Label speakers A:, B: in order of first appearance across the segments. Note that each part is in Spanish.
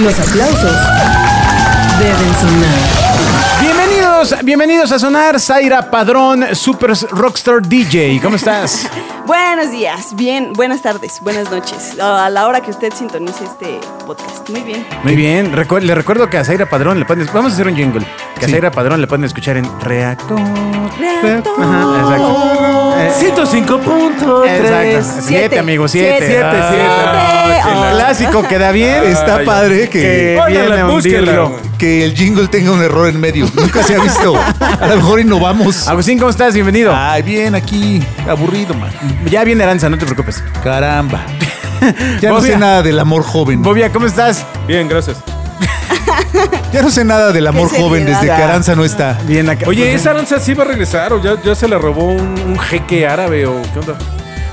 A: Los aplausos deben sonar.
B: Bienvenidos, bienvenidos a sonar Zaira Padrón, Super Rockstar DJ. ¿Cómo estás?
C: Buenos días, bien, buenas tardes, buenas noches, a la hora que usted sintonice este podcast. Muy bien.
B: Muy bien. Recu- le recuerdo que a Zaira Padrón le pueden vamos a hacer un jingle. Que a
D: Sí.
B: Zaira Padrón le pueden escuchar en Reactor.
C: Reactor.
B: Ajá, exacto. Eh,
D: 105.3.
B: Exacto. Siete,
C: Pues, Siete.
B: amigo, siete.
C: Siete.
D: Siete, Ah, siete.
B: Ah,
C: Siete.
B: qué Clásico, queda bien.
D: Está
E: Ay,
D: padre Ah. que,
B: Que viene
E: Óigala,
B: a
E: búsquela.
B: hundirlo.
D: que el jingle tenga un error en medio. Nunca se ha visto. A lo mejor innovamos.
B: Agustín, ¿cómo estás? Bienvenido.
D: Ay, bien aquí. Aburrido, man.
B: Ya viene Aranza, no te preocupes.
D: Caramba. Ya no
B: Bobia.
D: sé nada del amor joven.
B: Bobia, ¿cómo estás?
E: Bien, gracias.
D: Ya no sé nada del amor
C: seriedad.
D: joven desde que Aranza no está.
B: Bien acá.
E: Oye,
B: Pues,
E: ¿esa lanza sí va a regresar o ya, ya se la robó un, un jeque árabe o qué onda?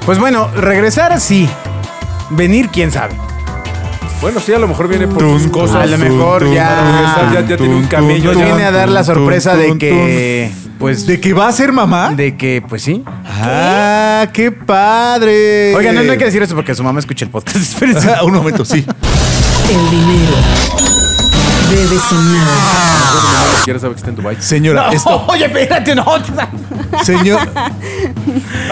B: Pues bueno, regresar sí. Venir, quién sabe.
E: Bueno, sí, a lo mejor viene por
D: Tun,
E: sus cosas.
B: pues, A lo mejor ya-
E: ya- ya tiene un camello,
B: Nos
E: ya.
B: viene a dar la sorpresa de que. Pues.
D: ¿De que va a ser mamá?
B: De que, pues sí.
D: Ah, qué padre.
B: Oiga, no, no hay que decir eso porque su mamá escucha el podcast. Espérense.
D: un momento, sí.
A: El dinero debe sonar.
E: Ni siquiera sabe que está en Dubái.
D: Señora, esto.
B: Oye, espérate, no.
D: Señor,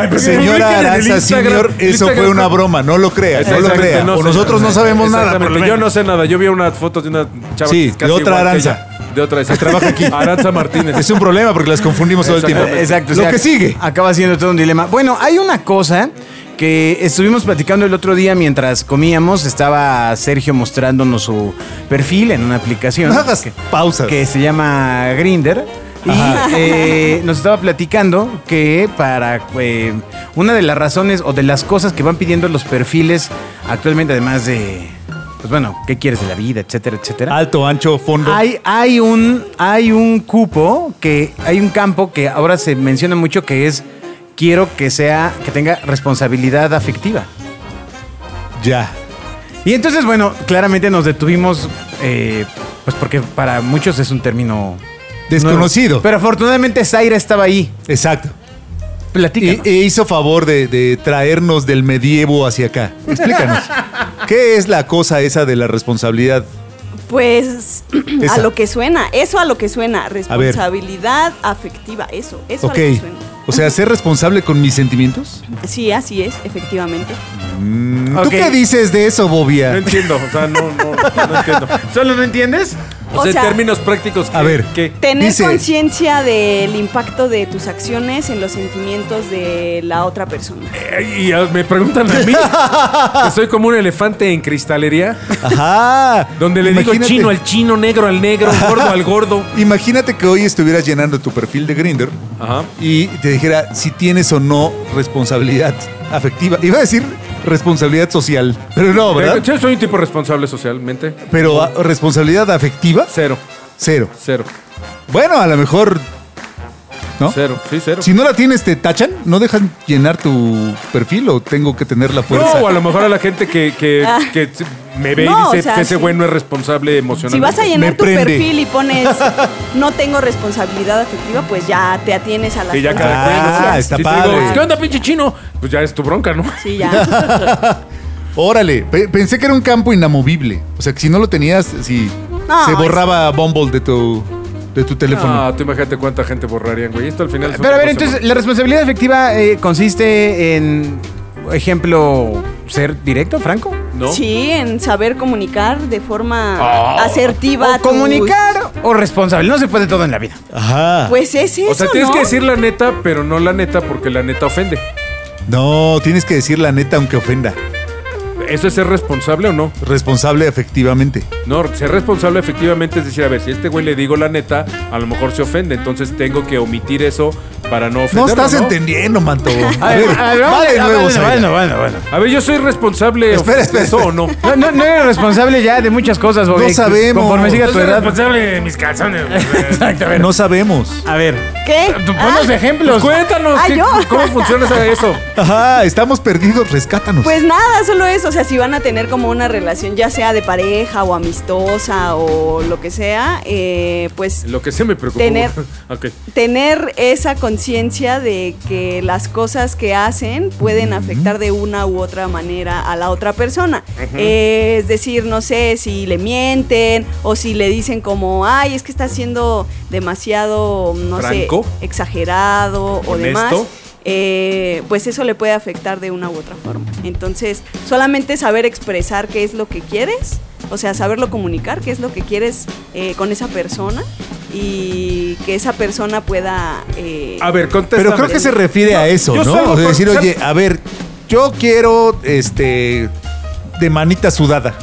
D: Pues, señora Aranza, señor, eso fue una broma. No lo crea, no lo
E: Exactamente,
D: crea.
E: no
D: o
E: sé.
D: nosotros no sabemos nada.
E: Exactamente,
D: pero
E: Yo no sé nada. Yo vi unas fotos de una chava
D: Sí,
E: que es casi
D: de otra
E: igual que
D: Aranza.
E: ella. De otra, exacto.
D: trabaja aquí.
E: Aranza Martínez.
D: Es un problema porque las confundimos todo el tiempo.
E: Exactamente.
B: Exacto. o
D: Lo
B: sea,
D: que sigue.
B: Acaba siendo todo un dilema. Bueno, hay una cosa que estuvimos platicando el otro día mientras comíamos. Estaba Sergio mostrándonos su perfil en una aplicación.
D: No hagas
B: que-
D: pausas.
B: que se llama Grinder. Y
D: Ajá.
B: eh, nos estaba platicando que para eh, una de las razones o de las cosas que van pidiendo los perfiles actualmente, además de, pues bueno, ¿qué quieres de la vida, etcétera, etcétera?
D: Alto, ancho, fondo.
B: Hay, hay, un, hay un cupo que, hay un campo que ahora se menciona mucho que es quiero que sea, que tenga responsabilidad afectiva.
D: Ya.
B: Y entonces, bueno, claramente nos detuvimos, eh, pues porque para muchos es un término
D: Desconocido.
B: nuevo. Pero afortunadamente Zaira estaba ahí.
D: Exacto. Y,
B: Platícanos.
D: e hizo favor de, de traernos del medievo hacia acá. Explícanos. ¿Qué es la cosa esa de la responsabilidad?
C: Pues
D: Esa.
C: a lo que suena, eso a lo que suena,
D: ver.
C: responsabilidad afectiva, eso, eso
D: ok.
C: a lo que suena.
D: O sea, ser responsable con mis sentimientos.
C: Sí, así es, efectivamente.
D: Mm,
B: Ok.
D: ¿Tú qué dices de eso,
E: No
D: Bobia?
E: entiendo. O sea, no, no, no entiendo.
B: ¿Solo no entiendes?
E: O
C: O
E: sea, en
C: sea,
E: términos prácticos.
D: a
E: ¿qué-
D: ver.
E: ¿qué?
C: Tener
D: Dice-
C: conciencia del impacto de tus acciones en los sentimientos de la otra persona.
E: Y a- me preguntan a mí que soy como un elefante en cristalería,
D: Ajá.
E: donde le digo
D: Imagínate-
E: chino al chino, negro al negro, gordo al gordo.
D: Imagínate que hoy estuvieras llenando tu perfil de Grinder
E: Ajá.
D: y te dijera si tienes o no responsabilidad afectiva. Iba a decir responsabilidad social, pero no, ¿verdad?
E: Yo soy un tipo responsable socialmente.
D: Pero ah, responsabilidad afectiva,
E: Cero,
D: cero.
E: cero,
D: Bueno, a lo mejor, ¿no?
E: cero, sí, cero.
D: Si no la tienes, te tachan, no dejan llenar tu perfil o tengo que tener la
E: no,
D: fuerza.
E: o a lo mejor a la gente que, que-
C: Ah.
E: que me ve
C: No,
E: y dice
C: o sea,
E: que ese
C: sí.
E: güey no es responsable
C: Si
E: emocionalmente.
C: vas a llenar
D: Me
C: tu
D: prende.
C: perfil y pones no tengo responsabilidad afectiva, pues ya te atienes a las
E: Sí, ya cada
D: Ah,
E: quien, ¿no?
C: consecuencias.
D: está
E: Si te
D: padre.
E: digo, ¿Qué onda, pinche chino? Pues ya es tu bronca, ¿no?
C: Sí, ya.
D: Órale, pe- pensé que era un campo inamovible. O sea, que si no lo tenías, si
C: No,
D: se borraba Bumble de tu, de tu teléfono.
E: Ah, tú imagínate cuánta gente borrarían, güey. Esto al final. es
B: Pero a
E: una
B: ver,
E: cosa,
B: entonces, la responsabilidad efectiva eh, consiste en, ejemplo, ser directo, franco.
E: ¿no?
C: Sí, en saber comunicar de forma
E: Ah.
C: asertiva.
B: O comunicar o responsable. No se puede todo en la vida.
D: Ajá.
C: tus- Pues es eso.
E: O sea, tienes
C: ¿no?
E: que decir la neta, pero no la neta porque la neta ofende.
D: No, tienes que decir la neta aunque ofenda.
E: ¿Eso es ser responsable o no?
D: Responsable efectivamente.
E: No, ser responsable efectivamente es decir, a ver, si a este güey le digo la neta, a lo mejor se ofende, entonces tengo que omitir eso para no
D: No
E: ofenderlo.
D: estás entendiendo, Manto. A
B: A
D: ver,
B: ver, a ver, vamos a-
D: va de
B: ah,
D: nuevo,
B: bueno,
D: Zaira.
B: bueno, bueno, bueno.
E: A ver, yo soy responsable
D: Espera, espera,
E: de eso
D: espera.
E: o no.
B: No, no, no eres responsable ya de muchas cosas, Bobby.
D: No sabemos.
B: Conforme siga
D: No
B: tu edad.
E: responsable de mis calzones.
B: Exacto, a ver.
D: No sabemos.
B: A ver.
C: ¿Qué?
B: Tú
E: pues,
B: Ponnos
C: Ah,
B: ejemplos.
E: cuéntanos,
C: Ah,
E: ¿qué-
C: ¿yo?
E: ¿cómo funciona eso?
D: Ajá, estamos perdidos, rescátanos.
C: Pues nada, solo eso. O sea, si van a tener como una relación, ya sea de pareja o amistosa o lo que sea, eh, pues
E: Lo que se me preocupa.
C: Tener-
E: Ok.
C: tener esa conciencia de que las cosas que hacen pueden afectar de una u otra manera a la otra persona. Eh, es decir, no sé si le mienten o si le dicen como, ay, es que está siendo demasiado, no
E: Franco.
C: sé, exagerado o
E: Honesto.
C: demás. eh, pues eso le puede afectar de una u otra forma. Entonces, solamente saber expresar qué es lo que quieres, o sea, saberlo comunicar, qué es lo que quieres eh, con esa persona y que esa persona pueda... eh,
E: A ver, contéstame.
D: Pero creo que se refiere a eso,
E: yo
D: pues, ¿no?
E: salgo
D: O sea,
E: con-
D: decir,
E: sal-
D: oye, a ver, yo quiero este de manita sudada.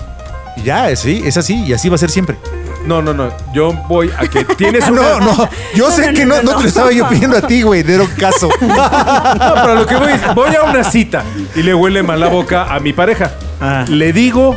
D: Y Ya, es así, es así, y así va a ser siempre.
E: No, no, no. Yo voy a que tienes una...
D: No, no, yo sé que no, no te lo estaba yo pidiendo a ti, güey, dieron caso.
E: No, pero lo que voy es, voy a una cita y le huele mal la boca a mi pareja.
B: Ah.
E: Le digo,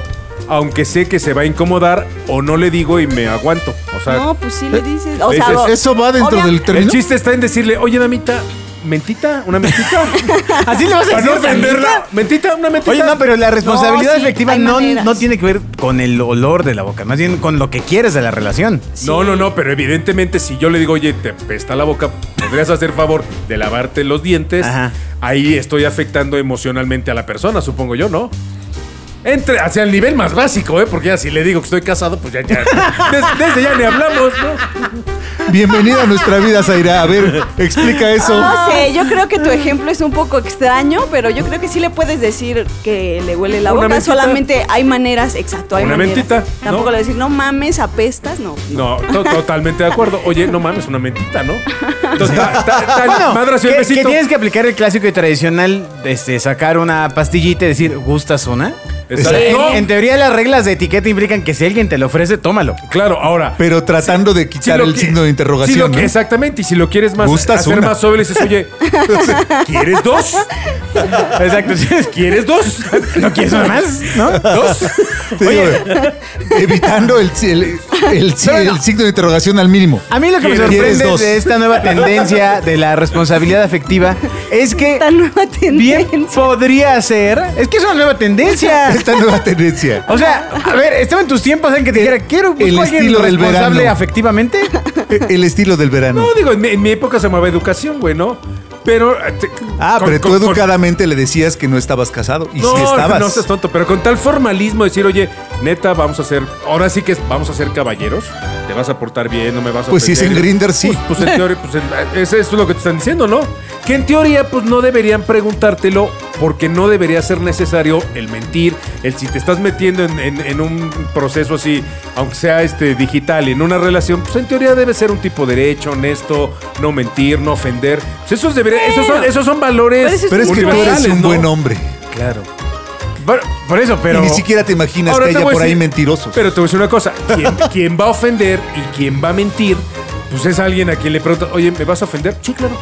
E: aunque sé que se va a incomodar, o no le digo y me aguanto. O sea,
C: no, pues sí le dices... O
E: le
C: sea,
E: dices,
C: o-
D: eh, Eso va dentro
C: obvia-
D: del
E: el
D: término.
E: chiste está en decirle, oye, Namita, ¿mentita? ¿Una mentita?
B: Así le vas a
E: Para no
B: decir.
E: ofenderla. ¿Mentita? ¿Una mentita?
B: Oye, no, pero la responsabilidad
C: No, sí,
B: efectiva
C: hay
B: no,
C: maneras.
B: no tiene que ver con el olor de la boca, más bien con lo que quieres de la relación.
E: No, no, no, pero evidentemente si yo le digo, oye, te pesta la boca, podrías hacer favor de lavarte los dientes.
B: Ajá.
E: Ahí estoy afectando emocionalmente a la persona, supongo yo, ¿no? Entre hacia el nivel más básico, ¿eh? Porque ya si le digo que estoy casado, pues ya, ya. des- desde ya ni hablamos, ¿no?
D: Bienvenida a nuestra vida, Zaira. A ver,
E: Ah,
D: explica eso.
C: No sé, yo creo que tu ejemplo es un poco extraño, pero yo creo que sí le puedes decir que le huele la
E: Una
C: boca.
E: mentita.
C: Solamente hay maneras, exacto, hay
E: Una
C: maneras.
E: mentita, ¿no?
C: Tampoco le decir, no mames, apestas, no.
E: No, to- totalmente de acuerdo. Oye, no mames, una mentita, ¿no? Entonces, ta- ta- ta-
B: Bueno,
E: madras
B: que,
E: y un
B: que
E: besito.
B: tienes que aplicar el clásico y tradicional, este, sacar una pastillita y decir, ¿gustas una?
E: Exacto.
B: En-
E: No.
B: En teoría las reglas de etiqueta implican que si alguien te lo ofrece, tómalo.
E: Claro, ahora.
D: Pero tratando de
E: si
D: quitar
E: lo
D: el
E: qui-
D: signo de interrogación.
E: si lo-
D: ¿no?
E: Exactamente, y si lo quieres más,
D: Gustas
E: hacer
D: una.
E: más sobre, le dices, oye, ¿quieres dos?
B: Exacto.
E: ¿Quieres dos?
B: ¿No quieres una más? ¿No?
E: ¿Dos?
D: Te digo, eh, evitando el, el- el- el signo de interrogación al mínimo.
B: A mí lo que me
D: ¿Quieres
B: sorprende
D: dos?
B: de esta nueva tendencia de la responsabilidad afectiva es que
C: Esta nueva
B: bien
C: tendencia.
B: podría ser... Es que es una nueva tendencia.
D: Esta nueva tendencia.
B: O sea, a ver, estaba en tus tiempos en que te dijera, quiero busco
D: el
B: a alguien
D: estilo del
B: responsable
D: verano.
B: afectivamente.
D: El estilo del verano.
E: No, digo, en mi, en mi época se llamaba educación, güey, ¿no? Pero. eh, te-
D: Ah,
E: con-
D: pero tú
E: con- con-
D: educadamente le decías que no estabas casado. Y
E: No,
D: sí estabas.
E: no seas tonto, pero con tal formalismo decir, oye, neta, vamos a ser, ahora sí que es- vamos a ser caballeros, te vas a portar bien, no me vas a
D: Pues si es
E: ofender.
D: en Grindr, sí.
E: Pues, pues en teoría, pues en- ese es lo que te están diciendo, ¿no? Que en teoría, pues no deberían preguntártelo porque no debería ser necesario el mentir, el si te estás metiendo en, en- en un proceso así, aunque sea este digital, en una relación, pues en teoría debe ser un tipo derecho, honesto, no mentir, no ofender. Pues, esos, debería- esos, son, esos son valores.
C: Pero eso es
D: pero es que tú eres
E: universales,
D: un
E: ¿no?
D: buen hombre.
E: Claro.
B: Por, por eso, pero...
D: Y ni siquiera te imaginas
E: Ahora
D: que
E: te
D: haya
E: voy a
D: por ahí
E: decir-
D: mentirosos.
E: Pero te voy a decir una cosa: quien, quien va a ofender y quien va a mentir, pues es alguien a quien le pregunta, oye, ¿me vas a ofender? Sí, claro.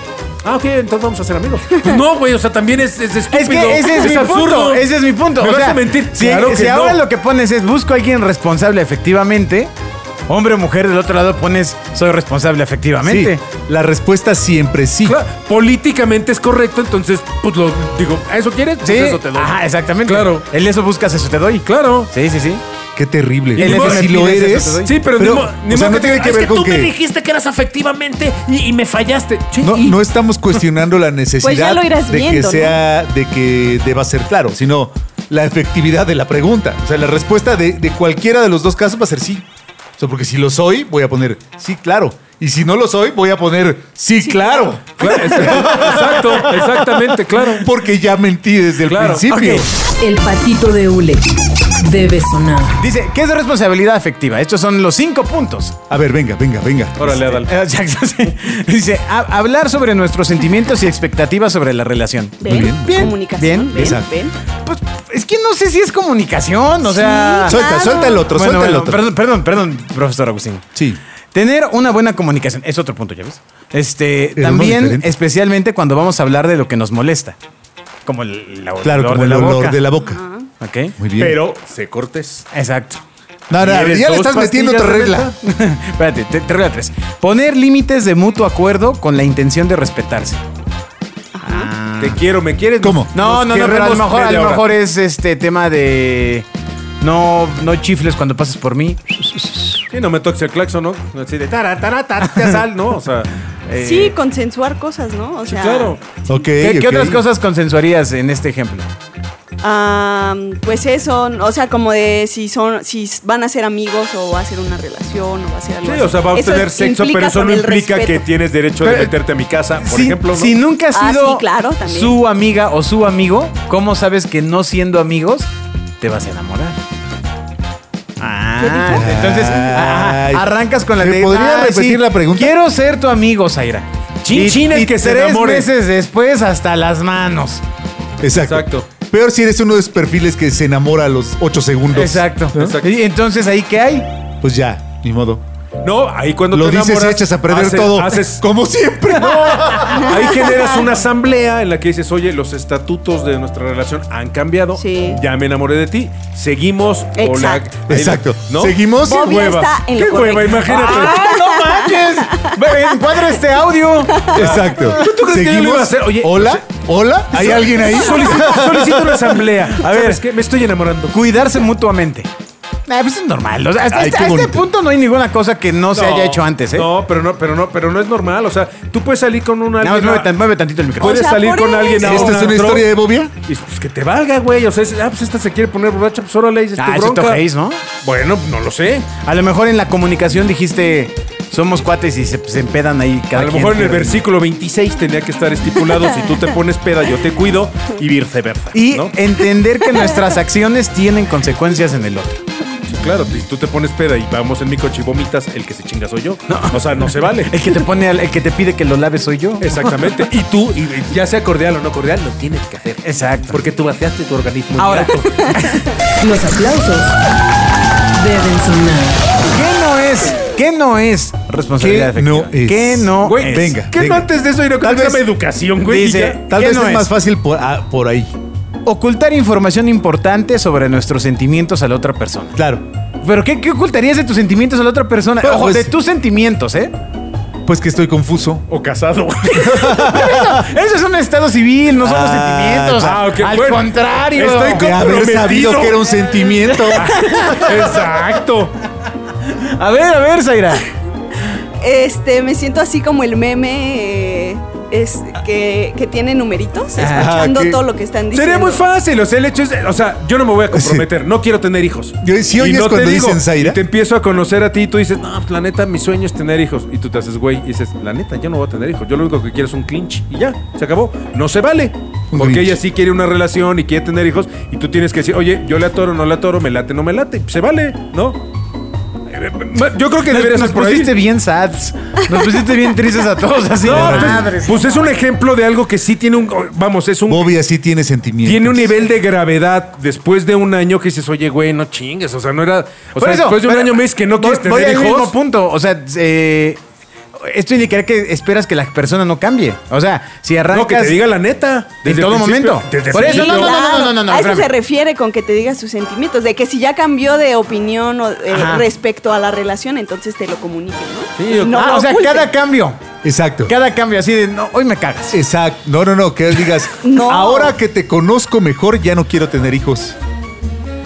E: Ah, ok, entonces vamos a ser amigos. Pues no, güey, o sea, también es, es
B: Es
E: estúpido.
B: que ese es, mi punto. Ese es mi punto.
E: ¿Me
B: o
E: vas
B: sea,
E: a mentir?
B: Si,
E: Claro que
B: si
E: no.
B: ahora lo que pones es busco a alguien responsable efectivamente, hombre o mujer, del otro lado pones soy responsable
D: Sí,
B: efectivamente.
D: la respuesta siempre sí.
E: Claro, políticamente es correcto, entonces, pues lo digo, ¿a eso quieres? Pues
B: Sí,
E: eso te doy.
D: Ah,
B: Ajá, exactamente.
E: Claro.
B: El eso buscas, eso te doy.
E: Claro.
B: Sí, sí, sí.
D: Qué terrible.
B: El
D: Porque
B: FM
D: si lo
B: pides eso,
D: eres.
B: te doy.
E: Sí, pero, ni, mo- ni
D: o sea,
E: modo
D: no tiene que
E: "Es
D: ver con
E: tú me
D: que.
E: dijiste que eras afectivamente y, y me fallaste. Sí,
D: No,
E: y-
D: no estamos cuestionando la necesidad
C: Pues ya lo irás
D: de que
C: viendo, ¿no?
D: sea, de que deba ser claro, sino la efectividad de la pregunta. O sea, la respuesta de, de cualquiera de los dos casos va a ser sí. O sea, porque si lo soy, voy a poner sí, claro. Y si no lo soy, voy a poner sí, claro.
E: Claro, exacto, exacto, exactamente, claro.
D: Porque ya mentí desde el
E: Claro.
D: principio.
B: Ok.
A: El patito de Ule debe sonar.
B: Dice, ¿qué es responsabilidad afectiva? Estos son los cinco puntos.
D: A ver, venga, venga, venga.
E: Órale, Adal.
B: Eh, Jackson, sí. Dice, "Ha- hablar sobre nuestros sentimientos y expectativas sobre la relación.
C: Ven,
D: bien.
B: Bien,
C: comunicación,
B: bien,
C: ven,
D: exacto.
C: ven.
B: Pues es que no sé si es comunicación, o sea...
D: Suelta,
C: Claro.
D: suelta el otro,
B: Bueno,
D: suelta el
B: bueno,
D: otro.
B: Perdón, perdón, perdón, profesor Agustín.
D: Sí.
B: Tener una buena comunicación es otro punto, ¿ya ves? Este,
D: uno
B: también,
D: diferente.
B: especialmente cuando vamos a hablar de lo que nos molesta. Como el, la-
D: Claro, como el olor de la boca.
B: Ok.
D: Muy bien.
E: Pero se cortes.
B: Exacto.
D: No, no,
E: ¿Y eres
D: ya le
E: dos
D: estás metiendo
E: pastillas
D: otra
E: de
D: regla.
B: Espérate, te, te regla tres. Poner límites de mutuo acuerdo con la intención de respetarse.
C: Ajá.
E: Ajá. Te quiero, ¿me quieres?
D: ¿Cómo?
E: Nos-
B: No, no,
E: nos
B: no, pero a lo
E: queremos
B: mejor, a
E: media
B: lo
E: hora.
B: mejor es este tema de no, no chifles cuando pases por mí.
E: Sí, no me toques el claxon, ¿no? Así de tara, tara, tara, ya sal, ¿no? O sea. eh,
C: Sí, consensuar cosas, ¿no? O
E: sí,
C: sea,
E: claro.
D: Ok,
B: ¿Qué, qué
D: ok.
B: otras cosas consensuarías en este ejemplo?
C: ah, pues eso, o sea, como de si son, si van a ser amigos o va a ser una relación o va a ser algo.
E: Sí,
C: así.
E: o sea, va a
C: Eso
E: tener sexo,
C: implica
E: pero eso
C: con
E: no
C: el
E: implica que
C: respeto.
E: tienes derecho de
B: Pero-
E: meterte a mi casa, por
B: si,
E: ejemplo. ¿no?
B: si nunca has
C: Ah,
B: sido
C: sí, claro, también.
B: su amiga o su amigo, ¿cómo sabes que no siendo amigos te vas a enamorar? Ah,
D: dijo?
B: entonces ah,
D: Ay.
B: arrancas con la
D: ¿Me
B: de-
D: podría
B: Ay,
D: repetir la pregunta?
B: Quiero ser tu amigo, Zaira.
E: Chin, chin, el que se
B: tres
E: enamore.
B: meses después hasta las manos.
D: Exacto.
E: Exacto.
D: Peor si eres uno de esos perfiles que se enamora a los 8 segundos.
B: Exacto.
D: ¿No?
E: Exacto.
B: Y entonces ahí qué hay?
D: Pues ya, ni modo.
E: No, ahí cuando
D: Lo
E: te
D: dices y
E: enamoras,
D: echas a perder
E: haces-
D: todo.
E: Haces,
D: Como siempre.
E: Ahí generas una asamblea en la que dices, oye, los estatutos de nuestra relación han cambiado.
C: Sí.
E: Ya me enamoré de ti. Seguimos. o la-
C: Exacto.
E: ahí la-
D: Exacto. ¿Seguimos?
E: ¡Qué
C: Bobby
E: hueva!
C: está en lo
E: ¡Qué hueva!
C: correcto. Ah,
E: Imagínate.
B: no manches! Encuadra este audio.
D: Exacto.
E: tú crees que yo lo iba a hacer? Oye,
D: Hola, hola, ¿hay alguien ahí?
E: Solicito, solicito una asamblea. A ver, es que me estoy enamorando.
B: Cuidarse mutuamente. Ah, pues es normal. O sea, hasta
D: Ay,
B: este-
D: qué
B: a este
D: bonito.
B: punto no hay ninguna cosa que no, se
E: No,
B: haya hecho antes, ¿eh?
E: No, pero no, pero no, pero no es normal. O sea, tú puedes salir con una.
B: Nada más mueve, tan- mueve tantito el micrófono.
E: Puedes
C: O sea,
E: salir
C: por
E: con
C: eso.
E: alguien a
D: ¿Esta
E: un
D: es una
E: antro
D: historia de Bobia?
E: Y pues que te valga, güey. O sea, es- ah, pues esta se quiere poner borracha, pues ahora le dices
B: Ah,
E: tu
B: eso
E: bronca.
B: está ojéis, ¿no?
E: Bueno, no lo sé.
B: A lo mejor en la comunicación dijiste somos cuates y se, se empedan ahí cada
E: a lo
B: quien,
E: mejor en el
B: pero-
E: versículo 26 tenía que estar estipulado, si tú te pones peda, yo te cuido, y viceversa.
B: Y
E: ¿no?
B: entender que nuestras acciones tienen consecuencias en el otro.
E: Sí, claro, si tú te pones peda y vamos en mi coche y vomitas, el que se chinga soy yo. O sea, no se vale.
B: El que te pone al- el que te pide que lo laves soy yo.
E: Exactamente. Y tú, y y ya sea cordial o no cordial, lo tienes que hacer.
B: Exacto.
E: Porque tú vaciaste tu organismo.
B: Ahora,
E: Exacto.
A: Los aplausos deben sonar.
B: ¿qué no es? ¿Qué no es responsabilidad
D: ¿Qué
B: efectiva?
D: no es?
B: ¿Qué no
E: Güey,
B: es?
D: venga.
E: ¿Qué no antes de eso? Era
B: Tal
E: tal vez
B: vez-
E: educación, güey. y
B: dice,
E: ya.
D: Tal
B: ¿Qué
D: vez
B: no
D: es,
B: es?
D: más fácil por, ah, por ahí.
B: Ocultar información importante sobre nuestros sentimientos a la otra persona.
D: Claro.
B: ¿Pero qué, qué ocultarías de tus sentimientos a la otra persona?
D: Pues,
B: Ojo,
D: pues-
B: de tus sentimientos, ¿eh?
D: Pues que estoy confuso.
E: O casado.
B: Eso es un estado civil, no son los
D: Ah,
B: sentimientos.
E: ah, ok,
B: Al
E: bueno.
B: contrario.
E: Estoy
D: De haber
E: comprometido.
D: sabido que era un sentimiento.
E: Exacto.
B: A ver, a ver, Zaira.
C: Este, me siento así como el meme eh, es que, que tiene numeritos,
D: Ah,
C: escuchando
D: ok.
C: todo lo que están diciendo.
E: Sería muy fácil. O sea, el hecho es. O sea, yo no me voy a comprometer. No quiero tener hijos.
D: Yo- si oyes cuando dicen, Zaira.
E: y te empiezo a conocer a ti y tú dices, no, pues, la neta, mi sueño es tener hijos. Y tú te haces, güey, y dices, la neta, yo no voy a tener hijos. Yo lo único que quiero es un clinch. Y ya, se acabó. No se vale.
D: Un
E: Porque
D: clinch.
E: ella sí quiere una relación y quiere tener hijos. Y tú tienes que decir, oye, yo le atoro, no le atoro, me late, no me late. Se vale, ¿no? Eh, eh, Yo creo que deberías
B: nos
E: ser por ahí.
B: pusiste bien sads. Nos pusiste bien tristes a todos así.
E: No,
B: de
E: pues,
B: madres.
E: pues es un ejemplo de algo que sí tiene un. Vamos, es un.
D: Bobia sí tiene sentimientos.
E: Tiene un nivel de gravedad después de un año que dices, oye, güey, no chingues. O sea, no era. O
B: Por
E: sea,
B: eso,
E: después de un
B: pero
E: año me dices que no
B: voy-
E: quieres tener
B: voy al
E: hijos.
B: mismo punto. O sea, eh, esto indicaría que esperas que la persona no cambie. O sea, si arrancas...
E: no, que te diga la neta.
B: En
E: desde
B: todo
E: el principio-
B: momento.
E: desde el
B: Por eso,
C: Sí,
E: principio.
B: no, no, no,
C: claro.
B: no, no, no, no,
C: A eso
B: espérame.
C: se refiere con que te diga sus sentimientos, de que si ya cambió de opinión o, eh,
B: Ajá.
C: respecto a la relación, entonces te lo comunique, ¿no?
E: Sí, o-
C: no
B: Ah,
C: lo
B: o sea,
C: oculte.
B: cada cambio.
D: Exacto.
B: Cada cambio así de, no, hoy me cagas.
D: Exacto. No, no, no. Que digas,
C: No.
D: ahora que te conozco mejor, ya no quiero tener hijos.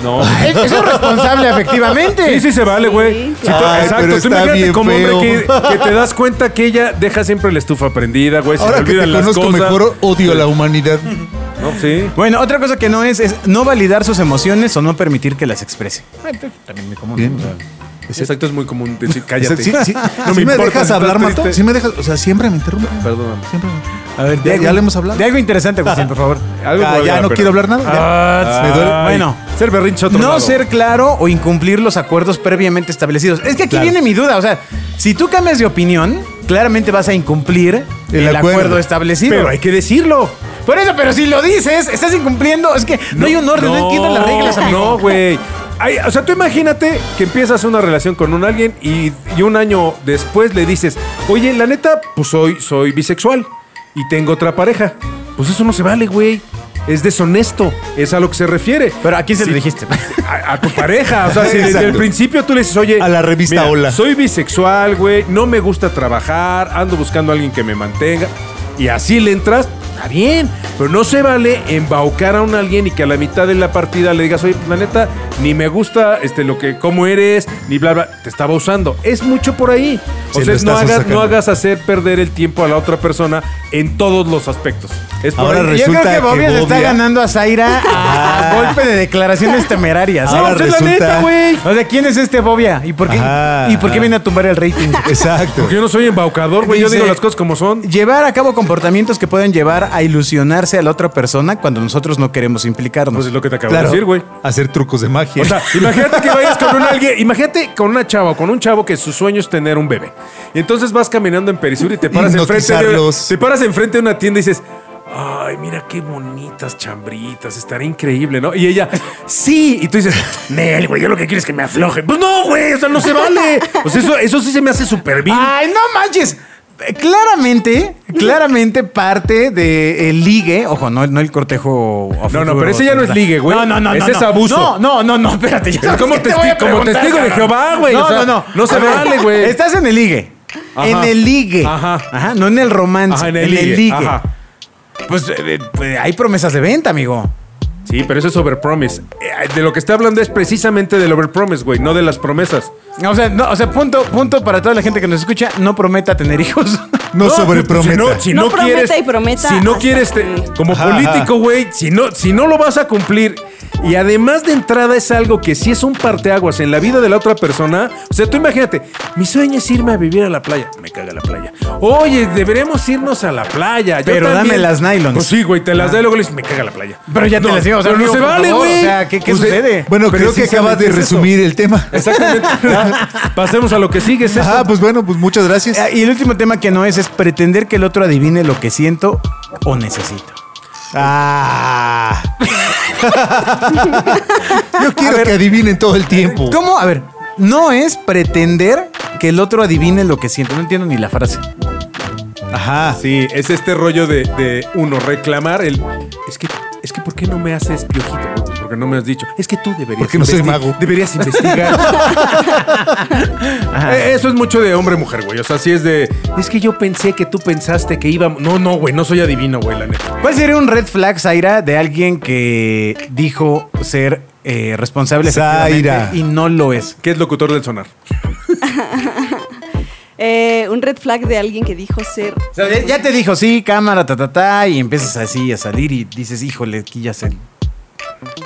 E: No.
B: Eso es responsable efectivamente.
E: Sí, sí se vale, güey.
C: Sí,
E: Si tú-
D: claro. Ay,
E: exacto,
D: pero
E: tú
D: está
E: imagínate
D: bien
E: como hombre
D: feo.
E: que, que te das cuenta que ella deja siempre la estufa prendida, güey. Se le
D: Ahora que
E: olvidan
D: te
E: las
D: conozco
E: cosas.
D: mejor, odio a la humanidad.
E: No, sí.
B: Bueno, otra cosa que no es es no validar sus emociones o no permitir que las exprese. Ah, También me
D: Bien.
E: Exacto, es muy común decir,
D: Exacto.
E: cállate.
D: Sí, sí.
E: No
D: ¿Sí me,
E: importa
D: dejas
E: si
D: hablar,
E: estás
D: Mato?
E: triste.
D: ¿Sí me dejas? O sea, siempre me interrumpe.
E: Perdóname.
D: Siempre me-
B: A ver,
D: Ya- ya lo hemos hablado.
B: De algo interesante, Agustín, por favor.
E: Algo que
D: Ah, Ya,
E: valga
D: ya
E: la
D: no
E: pena.
D: quiero hablar nada. Ya.
B: Ah,
D: Me duele.
E: Ay,
B: Bueno.
E: Ser berrinche a otro
B: No
E: lado.
B: ser claro o incumplir los acuerdos previamente establecidos. Es que aquí
D: Claro.
B: viene mi duda. O sea, si tú cambias de opinión, claramente vas a incumplir el,
D: El
B: acuerdo.
D: acuerdo.
B: establecido.
E: Pero hay que decirlo.
B: Por eso, pero si lo dices, estás incumpliendo. Es que no, hay un orden, no, entiendo las reglas, amigo.
E: No, güey. Ay, o sea, tú imagínate que empiezas una relación con un alguien y, y un año después le dices, oye, la neta, pues soy, soy bisexual y tengo otra pareja. Pues eso no se vale, güey. Es deshonesto. Es a lo que se refiere.
B: Pero aquí se
E: Sí.
B: lo dijiste.
E: A, a tu pareja. O sea, si desde
D: Exacto.
E: el principio tú le dices, oye.
D: A la revista Hola.
E: Soy bisexual, güey. No me gusta trabajar. Ando buscando a alguien que me mantenga. Y así le entras. Está bien, pero no se vale embaucar a un alguien y que a la mitad de la partida le digas, oye, pues, la neta, ni me gusta este, lo que, cómo eres, ni bla, bla. Te estaba usando. Es mucho por ahí. O sea,
D: Sí, lo
E: no
D: estás
E: hagas,
D: sacando.
E: no hagas hacer perder el tiempo a la otra persona en todos los aspectos. Es por
D: Ahora
E: ahí.
B: Yo creo
D: Resulta
B: que
D: que ah.
B: Bobia se está
D: Bobia-
B: ganando a Zaira a golpe de declaraciones temerarias. ¿eh?
D: Ahora
B: O sea, es la
D: resulta-
B: neta, güey. O sea, ¿quién es este Bobia? ¿Y por qué,
D: Ajá.
B: ¿y por qué viene a tumbar el rating?
D: Exacto.
E: Porque yo no soy embaucador, güey. Yo
B: Dice-
E: digo las cosas como son.
B: Llevar a cabo comportamientos que pueden llevar a ilusionarse a la otra persona cuando nosotros no queremos implicarnos.
E: Pues es lo que te acabo
D: Claro,
E: de decir, güey.
D: hacer trucos de magia.
E: O sea, imagínate que vayas con un alguien, imagínate con una chava, o con un chavo que su sueño es tener un bebé. Y entonces vas caminando en Perisur y te paras enfrente de,
D: Hipnotizarlos.
E: te paras enfrente de una tienda y dices, "Ay, mira qué bonitas chambritas, estará increíble, ¿no?" Y ella, "Sí." Y tú dices, "Nel, güey, yo lo que quiero es que me afloje." Pues no, güey, o sea, no se vale. Pues eso eso sí se me hace súper bien.
B: ¡Ay, no manches! Eh, Claramente, claramente parte del ligue, ojo, no, no el cortejo
E: No,
B: afectivo,
E: no, pero ese ya no es ligue, güey.
B: No, no, no.
E: Ese
B: no,
E: es
B: no.
E: abuso.
B: No, no, no, no, espérate. ya
E: Pero
B: sabes
E: como
B: qué te voy a
E: testi- como
B: preguntar,
E: testigo de
B: cabrón.
E: Jehová, güey,
B: No,
E: o sea,
B: no, no.
E: no se
B: A ver,
E: vale, güey.
B: Estás en el ligue.
E: Ajá.
B: En el ligue.
E: Ajá.
B: Ajá. No en el romance.
E: Ajá, en el ligue, ajá.
B: Pues, eh, pues, hay promesas de venta, amigo.
E: Sí, pero eso es overpromise. Eh, De lo que está hablando es precisamente del overpromise, güey, no de las promesas.
B: O sea, no, o sea, punto, punto para toda la gente que nos escucha, no prometa tener hijos. pues,
D: No sobreprometa.
E: Si no, si
C: No
E: no
C: prometa
E: quieres,
C: y prometa
E: Si no
C: hasta
E: quieres, te-
C: que-
E: como
D: Ajá,
E: político, güey, si no, si no lo vas a cumplir. Y además de entrada es algo que sí es un parteaguas en la vida de la otra persona. O sea, tú imagínate, mi sueño es irme a vivir a la playa. Me caga la playa. Oye, deberemos irnos a la playa. Yo
B: Pero dame
E: también-
B: las nylons. Ah.
E: Pues sí, güey, te las da y luego le dices, me caga la playa.
B: Pero ya te
E: No,
B: las digo, o sea,
E: pero no
B: amigo,
E: se
B: por
E: vale,
B: favor,
E: güey.
B: O sea, ¿qué, qué
E: Pues,
B: sucede?
D: bueno, creo que acabas
E: precisamente
D: de
E: es eso.
D: resumir el tema.
E: Exactamente. Ya, Pasemos a lo que sigue, es
D: Ah, pues bueno, pues muchas gracias.
B: Eh, Y el último tema que no es es pretender que el otro adivine lo que siento o necesito.
D: Ah. Yo quiero que adivinen todo el tiempo.
B: ¿Cómo? A ver, no es pretender que el otro adivine lo que siento. No entiendo ni la frase.
D: Ajá.
E: Sí, es este rollo de, de, uno reclamar el es que es que por qué no me haces piojito, güey? porque no me has dicho. Es que tú deberías
D: Porque no soy
E: investi-
D: mago.
E: Deberías investigar. Eh, Eso es mucho de hombre mujer, güey. O sea, sí es de es que yo pensé que tú pensaste que íbamos. No, no, güey, no soy adivino, güey, la neta.
B: ¿Cuál sería un red flag, Zaira, de alguien que dijo ser eh, responsable efectivamente
D: Zaira.
B: y no lo es?
E: ¿Qué es locutor del sonar?
C: Eh, un red flag de alguien que dijo ser.
B: O sea, ya- ya te dijo, sí, cámara, ta, ta, ta, y empiezas así a salir y dices, híjole, aquí ya sé.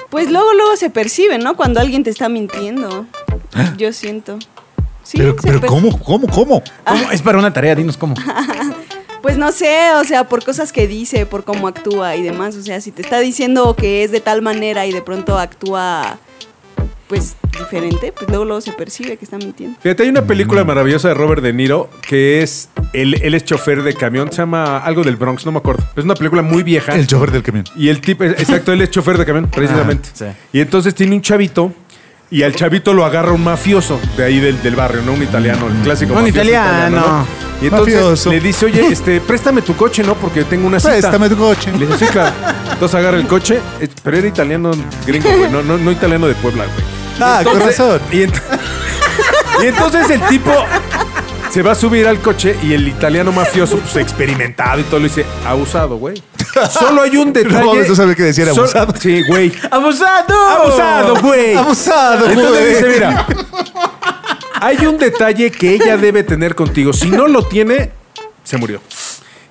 C: Pues luego, luego se percibe, ¿no? Cuando alguien te está mintiendo.
B: Ah.
C: Yo siento. Sí,
D: Pero,
C: se
E: pues.
D: pero
C: per-
D: ¿cómo? ¿Cómo? ¿Cómo?
E: Ah.
B: ¿Cómo? Es para una tarea, dinos cómo.
C: Pues no sé, o sea, por cosas que dice, por cómo actúa y demás. O sea, si te está diciendo que es de tal manera y de pronto actúa, pues diferente, pues luego, luego se percibe que está mintiendo.
E: Fíjate, hay una película maravillosa de Robert De Niro que es. Él, él es chofer de camión, se llama algo del Bronx, no me acuerdo. Es una película muy vieja.
D: El chofer del camión.
E: Y el tipo, exacto, él es chofer de camión, precisamente.
B: Ajá, Ah, sí.
E: Y entonces tiene un chavito y al chavito lo agarra un mafioso de ahí del, del barrio, ¿no? Un italiano, el clásico.
B: Un
E: mafioso
B: italiano.
E: Y entonces
D: Mafioso.
E: le dice, oye, este, préstame tu coche, ¿no? Porque tengo una cita.
D: Préstame tu coche.
E: Le dice, sí, claro. Entonces agarra el coche, eh, pero era italiano gringo, güey, no, no, no italiano de Puebla, güey.
D: Ah, con
E: Entonces-
D: razón.
E: Y, ent- y entonces el tipo se va a subir al coche y el italiano mafioso, pues experimentado y todo, le dice, abusado, güey. Solo hay un detalle.
D: No, no sabía que decía era
E: Sol-
D: abusado. Oh.
E: Sí, güey.
B: ¡Abusado!
E: Abusado, güey.
D: Abusado,
E: Entonces
D: güey.
E: dice, mira, hay un detalle que ella debe tener contigo. Si no lo tiene, se murió.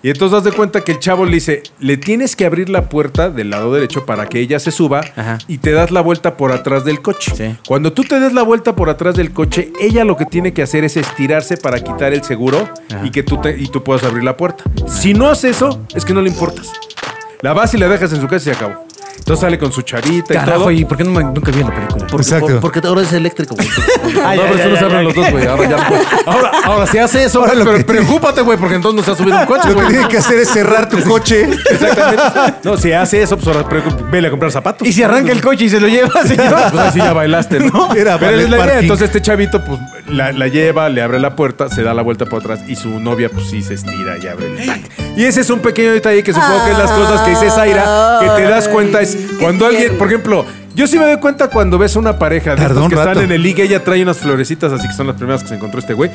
E: Y entonces das de cuenta que el chavo le dice, le tienes que abrir la puerta del lado derecho para que ella se suba
B: Ajá.
E: y te das la vuelta por atrás del coche.
B: Sí.
E: Cuando tú te des la vuelta por atrás del coche, ella lo que tiene que hacer es estirarse para quitar el seguro
B: Ajá.
E: y que tú, te- y tú puedas abrir la puerta. Si no haces eso, es que no le importas. La vas y la dejas en su casa y se acabó. Entonces sale con su charita y todo.
B: Carajo, ¿y por qué no me- nunca vi la película?
D: Exacto.
F: Porque ahora es eléctrico, güey.
E: Ah, no, pero eso no se abren los dos, güey. Ahora ya no. Ahora, ahora si hace eso,
D: Ahora lo
E: pero
D: que-
E: preocúpate, güey, porque entonces no se va a subir un coche,
D: Lo que
E: güey.
D: tienen que hacer es cerrar tu coche.
E: Exactamente. No, si hace eso, pues ahora preocup- vele a comprar zapatos.
B: Y si arranca el coche y se lo lleva, señor.
E: Pues así ya bailaste, ¿no?
D: No, era
E: Pero
D: ballet
E: es la idea.
D: parking.
E: Entonces este chavito, pues, la, la lleva, le abre la puerta, se da la vuelta por atrás y su novia, pues sí, se estira y abre el pack. Y ese es un pequeño detalle que supongo que es las cosas que dice Zaira, que te das cuenta es
C: Ay, qué
E: cuando alguien,
C: tierno.
E: por ejemplo, yo sí me doy cuenta cuando ves una pareja de
D: Tardó
E: estos
D: un
E: que están
D: rato.
E: en el ligue, ella trae unas florecitas, así que son las primeras que se encontró este güey,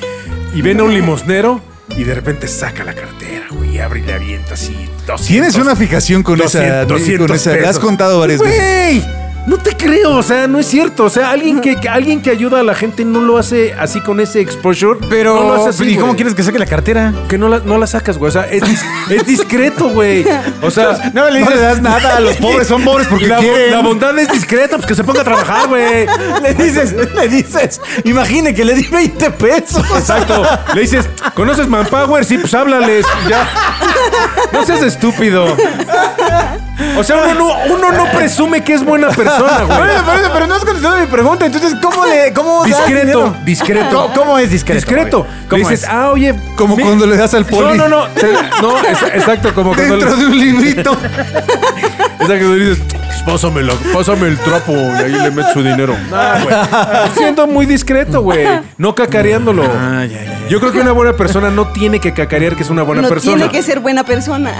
E: y ven a un limosnero Y de repente saca la cartera, güey, y abre y le avienta así. 200,
D: Tienes una fijación con esa.
E: 200
D: con esa. La has
E: pesos.
D: contado varias
E: Güey,
D: veces.
E: No te creo, o sea, no es cierto. O sea, alguien que, que- alguien que ayuda a la gente no lo hace así con ese exposure.
B: Pero,
E: no lo hace así,
B: ¿y cómo
E: güey.
B: quieres que saque la cartera?
E: Que no la, no la sacas, güey. O sea, es, dis- es discreto, güey. O sea,
B: No le
D: No le
B: dices,
D: das nada a los pobres, son pobres porque
E: la,
D: quieren.
E: la bondad es discreta, pues que se ponga a trabajar, güey.
B: le dices, le dices, imagine que le di 20 pesos.
E: Exacto. Le dices, ¿conoces Manpower? Sí, pues háblales. Ya. No seas estúpido. O sea, uno no, uno no presume que es buena persona,
B: Por eso,
E: güey.
B: por eso, pero no has contestado mi pregunta, entonces, ¿cómo le, cómo das
E: Discreto,
B: dinero?
E: discreto.
B: ¿Cómo, cómo es discreto?
E: Discreto.
B: güey?
E: Le
B: ¿Cómo
E: dices,
B: es?
E: ah, oye.
D: Como
E: mi-
D: cuando le das al poli.
E: No, no, no. Te- no, es- exacto, como cuando le.
D: Dentro de un librito.
E: Exacto, le dices, pásamelo, pásame el trapo y ahí le metes su dinero. Ah, güey. Siendo muy discreto, güey. No cacareándolo.
B: Ah, ya, ya, ya.
E: Yo creo que una buena persona no tiene que cacarear que es una buena
C: no
E: persona.
C: tiene que ser buena persona.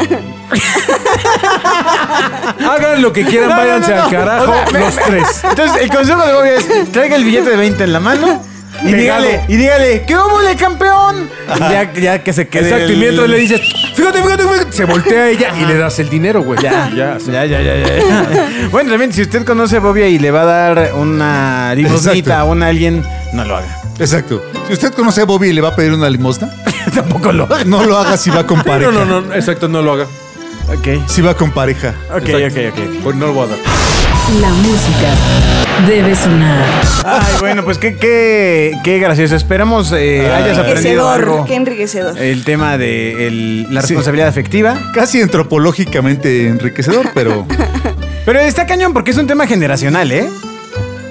E: Hagan lo que quieran,
B: No, no,
E: váyanse
B: no, no.
E: al carajo
B: O sea,
E: los
B: me-
E: tres.
B: Entonces, el consejo de Bobby es: traiga el billete de 20 en la mano y
E: Pegado.
B: dígale, y dígale, ¿qué le campeón? Y Ya, ya que se quede.
E: Exacto, y
B: el- Ah.
E: mientras le dices, fíjate, fíjate, fíjate, se voltea ella y le das el dinero, güey.
B: Ya, ya, ya, ya, ya, ya. Bueno, también, si usted conoce a Bobby y le va a dar una limosnita
D: Exacto.
B: a un alguien, no lo haga.
D: Exacto. Si usted conoce a Bobby y le va a pedir una limosna,
B: Tampoco lo haga.
D: no lo haga si va con pareja.
E: No, no, no, exacto, no lo haga.
B: Ok.
D: Si va con pareja.
B: Ok, ok,
E: Exacto.
B: ok.
E: Pues no lo voy a dar.
A: La música debe sonar.
B: Ay, bueno, pues qué, qué, qué gracioso. Esperamos eh, hayas aprendido algo.
C: enriquecedor, qué enriquecedor.
E: Eh,
B: El tema de el- la
D: Sí.
B: responsabilidad afectiva.
D: Casi antropológicamente enriquecedor, pero.
B: Pero está cañón porque es un tema generacional, ¿eh?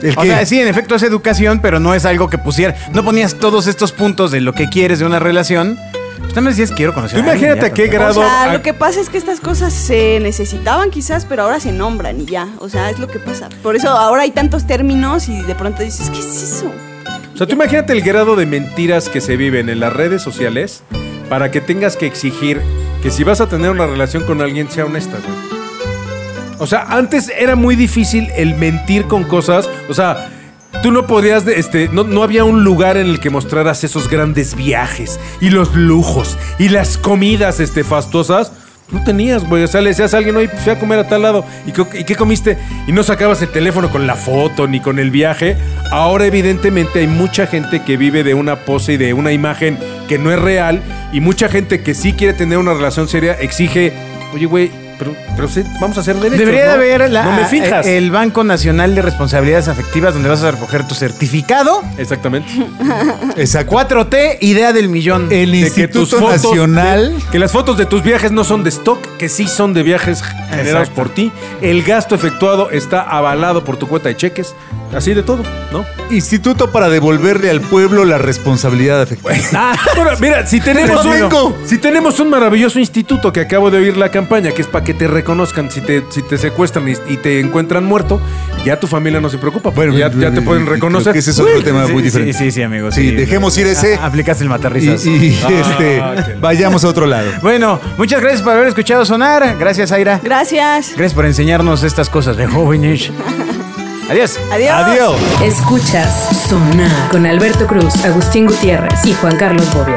D: El
B: O
D: que-
B: sea, sí, en efecto es educación, pero no es algo que pusiera. No ponías todos estos puntos de lo que quieres de una relación. Pues también decías, quiero conocer.
E: Tú
B: a alguien,
E: imagínate
B: ya,
E: a qué
B: pero-
E: grado-
C: O sea,
E: a-
C: lo que pasa es que estas cosas se necesitaban quizás, pero ahora se nombran y ya. O sea, es lo que pasa. Por eso ahora hay tantos términos y de pronto dices, ¿qué es eso?
E: O sea, tú imagínate el grado de mentiras que se viven en las redes sociales para que tengas que exigir que si vas a tener una relación con alguien sea honesta, güey. O sea, antes era muy difícil el mentir con cosas. O sea, tú no podías, de- este, no, no había un lugar en el que mostraras esos grandes viajes y los lujos y las comidas, este, fastosas. No tenías, güey. O sea, le decías a alguien, oye, pues, fui a comer a tal lado. ¿Y co- y qué, comiste? Y no sacabas el teléfono con la foto ni con el viaje. Ahora, evidentemente, hay mucha gente que vive de una pose y de una imagen que no es real. Y mucha gente que sí quiere tener una relación seria exige, oye, güey, pero, pero sí, vamos a hacer derechos.
B: Debería de
E: ¿no?
B: haber la-
E: No me fijas.
B: el Banco Nacional de Responsabilidades Afectivas donde vas a recoger tu certificado.
E: Exactamente.
D: Exacto.
B: 4T, idea del millón.
D: El
E: De que tus
D: Instituto
E: fotos-
D: Nacional.
E: Que las fotos de tus viajes no son de stock, que sí son de viajes generados
B: Exacto.
E: por ti. El gasto efectuado está avalado por tu cuenta de cheques. Así de todo, ¿no?
D: Instituto para devolverle al pueblo la responsabilidad afectiva.
B: Ah.
E: Bueno, mira, si tenemos,
D: ¡Lo tengo!
E: un, si tenemos un maravilloso instituto que acabo de oír la campaña, que es para que te reconozcan si te, si te secuestran y, y te encuentran muerto, ya tu familia no se preocupa.
D: Bueno,
E: ya, ya te pueden
D: creo
E: reconocer.
D: que ese es otro tema
B: sí,
D: muy
B: sí,
D: diferente.
B: Sí, sí, sí, amigo.
D: Sí, dejemos ir ese.
B: A- aplicas el
D: Y,
B: matarrisas.
D: y,
E: Ah,
D: este,
E: qué-
D: vayamos a otro lado.
B: Bueno, muchas gracias por haber escuchado sonar. Gracias, Aira.
C: Gracias.
B: Gracias por enseñarnos estas cosas de jóvenes. Adiós.
C: Adiós.
D: Adiós.
A: Escuchas Sonar con Alberto Cruz, Agustín Gutiérrez y Juan Carlos Bobia.